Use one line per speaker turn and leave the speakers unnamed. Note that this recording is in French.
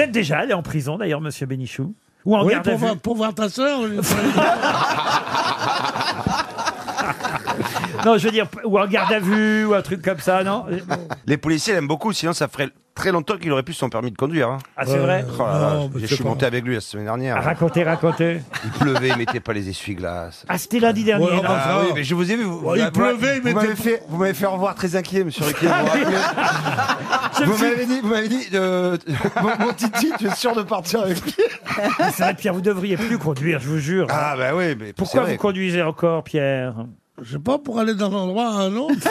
êtes déjà allé en prison d'ailleurs, monsieur Bénichou Ou en
Oui,
garde à
pour
vue
voir, pour voir ta sœur.
Non, je veux dire, ou en garde à vue, ou un truc comme ça, non
Les policiers l'aiment beaucoup, sinon ça ferait très longtemps qu'il aurait pu son permis de conduire. hein.
Ah, c'est vrai Ah,
Oh là là,
Non, mais
je
c'est
suis
pas-
monté avec lui la semaine dernière.
Racontez, racontez.
Il pleuvait, il mettait pas les essuie-glaces.
Ah, c'était lundi dernier.
Ouais,
non
enfin,
Ah
Ah.
oui, mais je vous ai vu. Vous,
il
vous-
pleuvait, il
vous m'avez
mettait-
fait, vous m'avez fait au revoir très inquiet, monsieur Riquet. Vous rappelez-
Je me
vous
suis-
m'avez dit, vous m'avez dit, euh, mon, mon Titi, tu es sûr de partir avec lui
C'est vrai, Ah, Pierre, vous devriez plus conduire, je vous jure.
Ah bah oui, mais
Pourquoi
c'est
vous
vrai.
conduisez encore, Pierre
Je sais pas, pour aller d'un endroit à un autre.